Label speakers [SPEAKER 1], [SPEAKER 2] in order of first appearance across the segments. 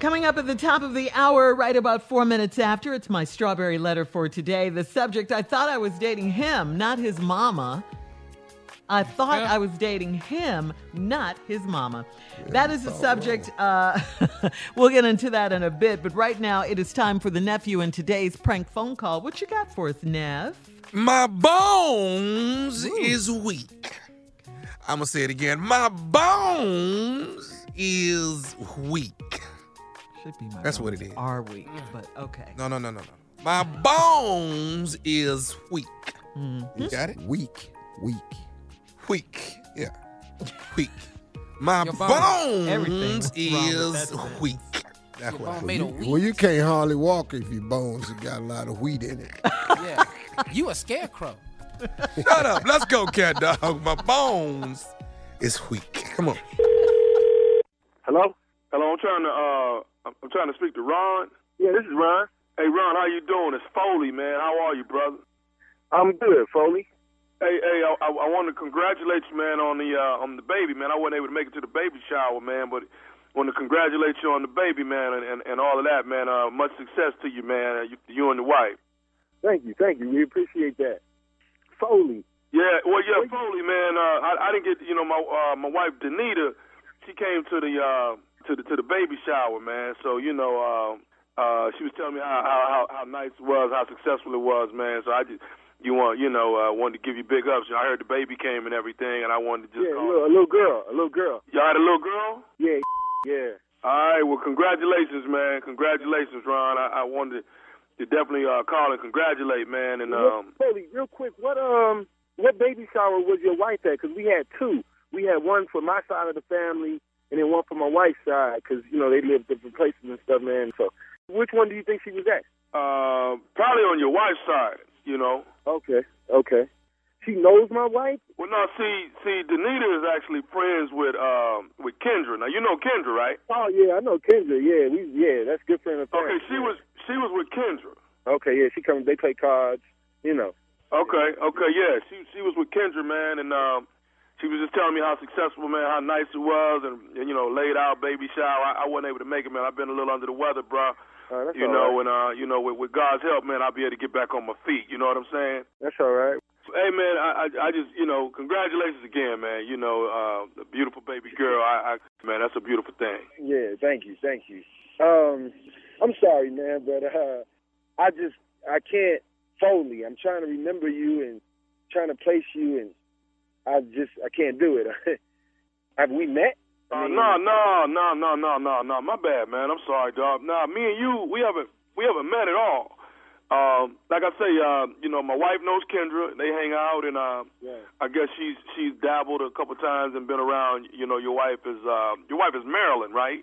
[SPEAKER 1] Coming up at the top of the hour, right about four minutes after, it's my strawberry letter for today. The subject I thought I was dating him, not his mama. I thought I was dating him, not his mama. that is the subject. Uh, we'll get into that in a bit, but right now it is time for the nephew in today's prank phone call. What you got for us, Nev?
[SPEAKER 2] My bones is weak. I'm gonna say it again. My bones is weak.
[SPEAKER 1] Should be my
[SPEAKER 2] That's what
[SPEAKER 1] bones
[SPEAKER 2] it is. Oh,
[SPEAKER 1] Are we? But okay.
[SPEAKER 2] No, no, no, no, no. My bones is weak. You got it?
[SPEAKER 3] Weak, weak.
[SPEAKER 2] Weak. Yeah. Weak. My
[SPEAKER 4] Your
[SPEAKER 2] bones,
[SPEAKER 4] bones.
[SPEAKER 1] Everything was wrong with
[SPEAKER 2] is
[SPEAKER 1] that sentence.
[SPEAKER 2] weak. That's what I
[SPEAKER 4] Your bone
[SPEAKER 2] was.
[SPEAKER 4] made of wheat.
[SPEAKER 3] Well, you can't hardly walk if your bones have got a lot of wheat in it.
[SPEAKER 4] Yeah. You a scarecrow.
[SPEAKER 2] Shut up. Let's go, cat dog. My bones is weak. Come on.
[SPEAKER 5] Hello? Hello, I'm trying to uh I'm- I'm trying to speak to Ron. Yeah, this is Ron. Hey Ron, how you doing? It's Foley, man. How are you, brother? I'm good, Foley. Hey, hey, I, I, I want to congratulate you, man, on the uh, on the baby, man. I wasn't able to make it to the baby shower, man, but want to congratulate you on the baby, man, and, and, and all of that, man. Uh, much success to you, man. uh, You, you and the wife.
[SPEAKER 6] Thank you, thank you. We appreciate that. Foley.
[SPEAKER 5] Yeah, well, yeah, Foley, man. Uh, I, I didn't get, you know, my uh, my wife Danita, she came to the uh, to the to the baby shower, man. So you know, uh, uh, she was telling me how, how how how nice it was, how successful it was, man. So I just you want you know uh, wanted to give you big ups. I heard the baby came and everything, and I wanted to just
[SPEAKER 6] Yeah, a
[SPEAKER 5] call.
[SPEAKER 6] little, a little girl, a little girl.
[SPEAKER 5] Y'all had a little girl.
[SPEAKER 6] Yeah, yeah.
[SPEAKER 5] All right, well, congratulations, man. Congratulations, Ron. I, I wanted to definitely uh, call and congratulate, man. And um,
[SPEAKER 6] Foley, real quick, what um, what baby shower was your wife at? Because we had two. We had one for my side of the family, and then one for my wife's side, because you know they live different places and stuff, man. So, which one do you think she was at?
[SPEAKER 5] uh, probably on your wife's side, you know.
[SPEAKER 6] Okay, okay. She knows my wife.
[SPEAKER 5] Well, no, see, see, Danita is actually friends with um with Kendra. Now you know Kendra, right?
[SPEAKER 6] Oh yeah, I know Kendra. Yeah, we yeah, that's good friend of
[SPEAKER 5] Okay,
[SPEAKER 6] family.
[SPEAKER 5] she was she was with Kendra.
[SPEAKER 6] Okay, yeah, she comes. They play cards, you know.
[SPEAKER 5] Okay, okay, yeah, she she was with Kendra, man, and um, she was just telling me how successful, man, how nice it was, and, and you know, laid out baby shower. I, I wasn't able to make it, man. I've been a little under the weather, bruh.
[SPEAKER 6] Uh, that's
[SPEAKER 5] You
[SPEAKER 6] all
[SPEAKER 5] know,
[SPEAKER 6] right.
[SPEAKER 5] and uh, you know, with, with God's help, man, I'll be able to get back on my feet. You know what I'm saying?
[SPEAKER 6] that's all right.
[SPEAKER 5] Hey man, I, I I just you know congratulations again, man. You know, uh, a beautiful baby girl. I, I man, that's a beautiful thing.
[SPEAKER 6] Yeah, thank you, thank you. Um, I'm sorry, man, but uh, I just I can't Foley. I'm trying to remember you and trying to place you, and I just I can't do it. Have we met? I
[SPEAKER 5] Uh,
[SPEAKER 6] mean-
[SPEAKER 5] no, no, no, no, no, no, no. My bad, man. I'm sorry, dog. Nah, me and you, we haven't, we haven't met at all. Um, like I say, uh, you know, my wife knows Kendra. They hang out, and uh,
[SPEAKER 6] Yeah.
[SPEAKER 5] I guess she's she's dabbled a couple times and been around. You know, your wife is uh, your wife is Marilyn, right?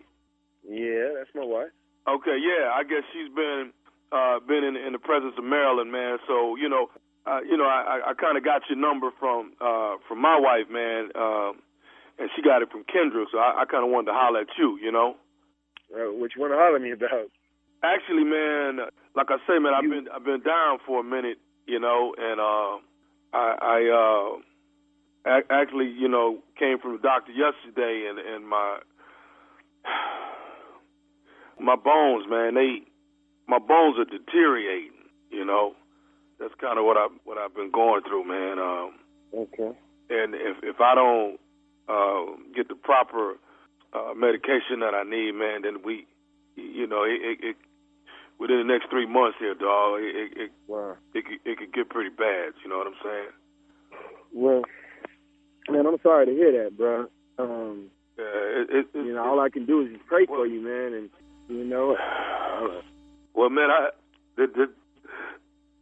[SPEAKER 6] Yeah, that's my wife.
[SPEAKER 5] Okay, yeah. I guess she's been uh, been in, in the presence of Marilyn, man. So you know, uh, you know, I, I- I kind of got your number from uh, from my wife, man, uh, and she got it from Kendra. So I, I kind of wanted to holler at you, you know.
[SPEAKER 6] Uh, what you want to holler at me about?
[SPEAKER 5] Actually, man, like I say, man, I've
[SPEAKER 6] You-
[SPEAKER 5] been I've been down for a minute, you know, and uh, I, I uh, ac actually, you know, came from the doctor yesterday, and and my my bones, man, they my bones are deteriorating, you know. That's kind of what I what I've been going through, man. Um,
[SPEAKER 6] Okay.
[SPEAKER 5] and if if I don't uh, get the proper uh, medication that I need, man, then we, you know, it, it, it within the next three months here, dog, it it it,
[SPEAKER 6] Wow.
[SPEAKER 5] it, could, it could get pretty bad. You know what I'm saying?
[SPEAKER 6] Well, man, I'm sorry to hear that, bro. Um,
[SPEAKER 5] Yeah, it, it, it,
[SPEAKER 6] you know, all I can do is just pray for you, man, and you know, uh,
[SPEAKER 5] well, man, I the the,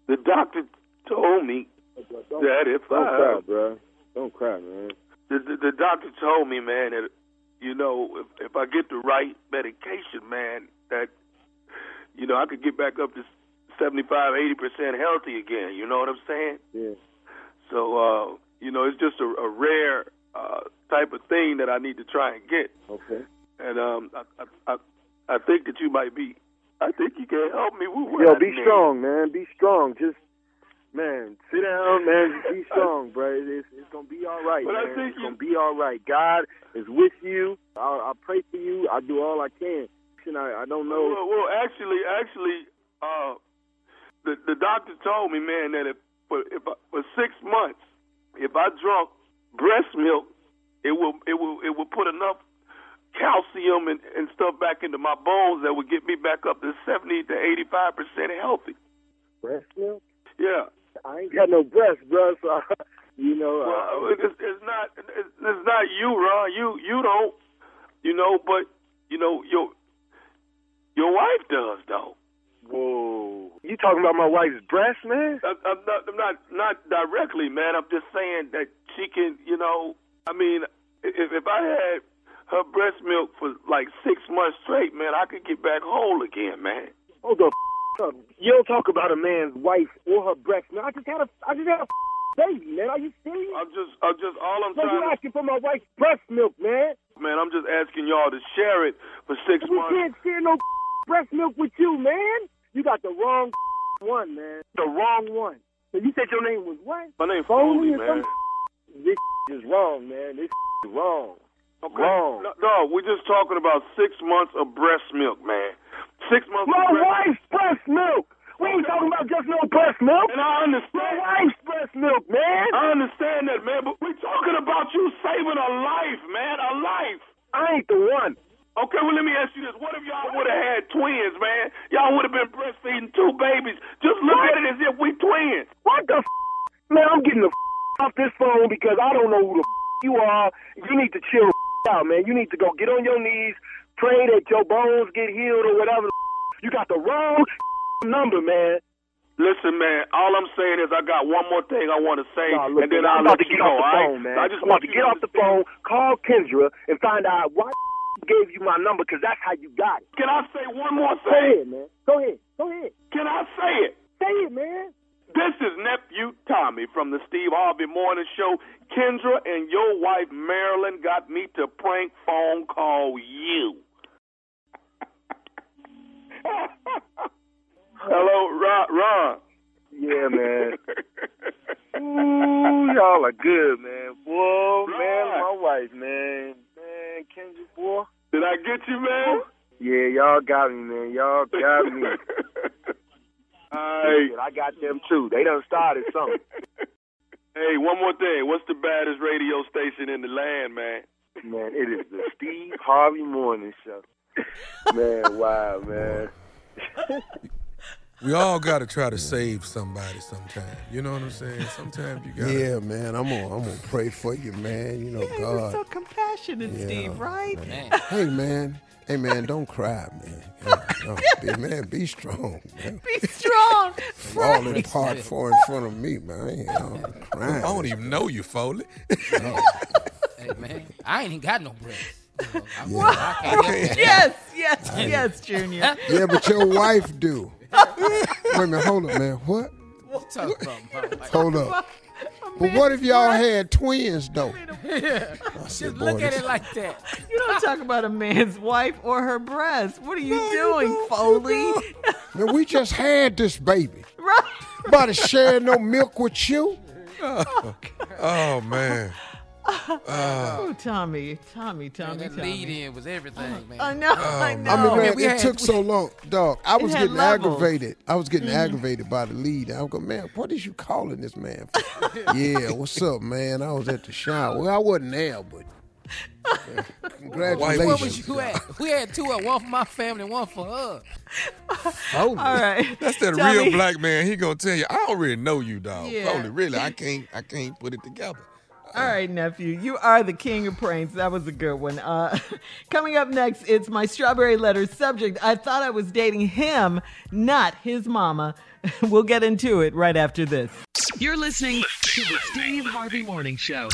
[SPEAKER 5] the doctor told me
[SPEAKER 6] don't,
[SPEAKER 5] that if
[SPEAKER 6] don't
[SPEAKER 5] I
[SPEAKER 6] cry, bro. Don't cry, man.
[SPEAKER 5] the, the, the doctor told me, man, that you know, if, if I get the right medication, man, that you know, I could get back up to 75, 80 percent healthy again. You know what I'm saying?
[SPEAKER 6] Yeah.
[SPEAKER 5] So, uh, you know, it's just a, a rare uh, type of thing that I need to try and get,
[SPEAKER 6] Okay.
[SPEAKER 5] and um, I, I, I, I think that you might be. I think you can help me. with what
[SPEAKER 6] Yo,
[SPEAKER 5] I
[SPEAKER 6] be
[SPEAKER 5] need.
[SPEAKER 6] strong, man. Be strong. Just man, sit down, man. Just be strong, bro. It's, it's gonna be all right,
[SPEAKER 5] But I
[SPEAKER 6] man.
[SPEAKER 5] think
[SPEAKER 6] it's
[SPEAKER 5] you-
[SPEAKER 6] gonna be all right. God is with you. I, I pray for you. I do all I can. direction. I, I don't know.
[SPEAKER 5] Well, well, actually, actually, uh, the the doctor told me, man, that if for, if I, for six months, if I drunk breast milk, it will it will it will put enough calcium and, and stuff back into my bones that would get me back up to seventy to eighty five percent healthy.
[SPEAKER 6] Breast milk?
[SPEAKER 5] Yeah.
[SPEAKER 6] I ain't got no breast, bro. So you know, uh,
[SPEAKER 5] Well, it's, it's not it's, it's not you, Ron. You you don't, you know. But you know your your wife does though.
[SPEAKER 6] whoa. You talking about my wife's breast, man?
[SPEAKER 5] I, I'm not I'm not not directly, man. I'm just saying that she can, you know. I mean, if if I had her breast milk for like six months straight, man, I could get back whole again, man.
[SPEAKER 6] Hold the f- up. You don't talk about a man's wife or her breast, man. I just had a, I just had a f- baby, man. Are you serious?
[SPEAKER 5] I'm just I'm just all I'm
[SPEAKER 6] Why you
[SPEAKER 5] trying,
[SPEAKER 6] asking for my wife's breast milk, man?
[SPEAKER 5] to, man. I'm just asking y'all to share it for six
[SPEAKER 6] We
[SPEAKER 5] months.
[SPEAKER 6] can't share no breast milk with you, man. You got the wrong one, man. The wrong one. So you said your name was what?
[SPEAKER 5] My name's
[SPEAKER 6] Foley
[SPEAKER 5] Foley,
[SPEAKER 6] or
[SPEAKER 5] man.
[SPEAKER 6] something? This is wrong, man. This is wrong.
[SPEAKER 5] Okay.
[SPEAKER 6] Wrong.
[SPEAKER 5] No, no, we're just talking about six months of breast milk, man. Six months
[SPEAKER 6] My
[SPEAKER 5] of breast
[SPEAKER 6] wife's breast milk. We ain't talking about just no breast milk.
[SPEAKER 5] And I
[SPEAKER 6] My
[SPEAKER 5] understand.
[SPEAKER 6] wife's breast milk, man.
[SPEAKER 5] I understand that, man, but we're talking about you saving a life, man, a life.
[SPEAKER 6] I ain't the one.
[SPEAKER 5] Okay, well, let me ask you this. What if y'all would have had twins, man? Y'all would have been breastfeeding two babies. Just look
[SPEAKER 6] What?
[SPEAKER 5] at it as if we twins.
[SPEAKER 6] What the f-? Man, I'm getting the f- off this phone because I don't know who the f- you are. You need to chill the f- out, man. You need to go get on your knees, pray that your bones get healed or whatever. The f- you got the wrong f- number, man.
[SPEAKER 5] Listen, man, all I'm saying is I got one more thing I want to say,
[SPEAKER 6] Nah, look,
[SPEAKER 5] and then
[SPEAKER 6] man, I'm
[SPEAKER 5] I'll
[SPEAKER 6] about
[SPEAKER 5] let
[SPEAKER 6] to
[SPEAKER 5] you
[SPEAKER 6] get
[SPEAKER 5] go,
[SPEAKER 6] off the
[SPEAKER 5] all right?
[SPEAKER 6] phone, man.
[SPEAKER 5] I just
[SPEAKER 6] I'm
[SPEAKER 5] want
[SPEAKER 6] about to
[SPEAKER 5] you
[SPEAKER 6] get off the
[SPEAKER 5] understand.
[SPEAKER 6] phone, call Kendra, and find out why the f- gave you my number because that's how you got it.
[SPEAKER 5] Can I say one more
[SPEAKER 6] Go
[SPEAKER 5] thing?
[SPEAKER 6] ahead, man. Go ahead. Go ahead.
[SPEAKER 5] Can I say it?
[SPEAKER 6] Say it, man.
[SPEAKER 5] This is nephew Tommy from the Steve Harvey Morning Show. Kendra and your wife Marilyn got me to prank phone call you. Hello, Ron. Ron.
[SPEAKER 6] Yeah, man. Ooh, y'all are good, man. Boy, man, my wife, man. Man, Kendra, boy.
[SPEAKER 5] Did I get you, man?
[SPEAKER 6] Yeah, y'all got me, man. Y'all got me.
[SPEAKER 5] Hey.
[SPEAKER 6] I got them too. They done started something.
[SPEAKER 5] Hey, one more thing. What's the baddest radio station in the land, man?
[SPEAKER 6] Man, it is the Steve Harvey Morning Show. Man, wow, man.
[SPEAKER 2] We all got to try to save somebody sometime. You know what I'm saying? Sometimes you got to.
[SPEAKER 3] Yeah, man. I'm gonna I'm gonna pray for you, man. You know,
[SPEAKER 1] He was
[SPEAKER 3] God.
[SPEAKER 1] so compassionate, Steve, right?
[SPEAKER 4] Man,
[SPEAKER 3] Hey, man. Hey, man. Don't cry, man. Yeah, no, be, man, be strong. Man.
[SPEAKER 1] Be strong.
[SPEAKER 3] All in part four in front of me, man. I ain't out
[SPEAKER 2] I
[SPEAKER 3] crying.
[SPEAKER 2] don't even know you, Foley.
[SPEAKER 4] hey, man. I ain't even got no breath. You know, I'm- I can't help that.
[SPEAKER 1] yes, yes, yes, Junior.
[SPEAKER 3] Yeah, but your wife do. Wait a minute. Hold up, man. What?
[SPEAKER 4] What you talking about, bro? Like,
[SPEAKER 3] Hold up. But what if y'all had twins though? I said,
[SPEAKER 4] just
[SPEAKER 3] boy,
[SPEAKER 4] look at
[SPEAKER 3] this-
[SPEAKER 4] it like that.
[SPEAKER 1] You don't talk about a man's wife or her breast. What are you doing, Foley?
[SPEAKER 3] man, we just had this baby.
[SPEAKER 1] right.
[SPEAKER 3] About to share no milk with you.
[SPEAKER 2] Oh, man.
[SPEAKER 1] Oh, Tommy, Tommy, Tommy,
[SPEAKER 4] That
[SPEAKER 1] Tommy.
[SPEAKER 4] lead in was everything, man.
[SPEAKER 1] I know,
[SPEAKER 2] Oh,
[SPEAKER 1] I know.
[SPEAKER 3] I mean, man,
[SPEAKER 4] we
[SPEAKER 3] it
[SPEAKER 4] had-
[SPEAKER 3] took so long, dog. I was
[SPEAKER 1] had
[SPEAKER 3] getting
[SPEAKER 1] levels.
[SPEAKER 3] aggravated. I was
[SPEAKER 4] Mm-hmm.
[SPEAKER 3] getting aggravated by the lead. I go, man, what is you calling this man? For? yeah, what's up, man? I was at the shower. Well, I wasn't there, but yeah, congratulations.
[SPEAKER 4] Where was you at? We had two at one for my family, one for her.
[SPEAKER 1] All
[SPEAKER 3] Holy-
[SPEAKER 1] right.
[SPEAKER 2] That's that
[SPEAKER 1] Tommy,
[SPEAKER 2] real black man. He gonna tell you, I don't really know you, dog.
[SPEAKER 1] Yeah.
[SPEAKER 2] Foley, really, I can't, I can't put it together.
[SPEAKER 1] All right, nephew. You are the king of pranks. That was a good one. Uh, coming up next, it's my strawberry letter subject. I thought I was dating him, not his mama. we'll get into it right after this.
[SPEAKER 7] You're listening to the Steve Harvey Morning Show.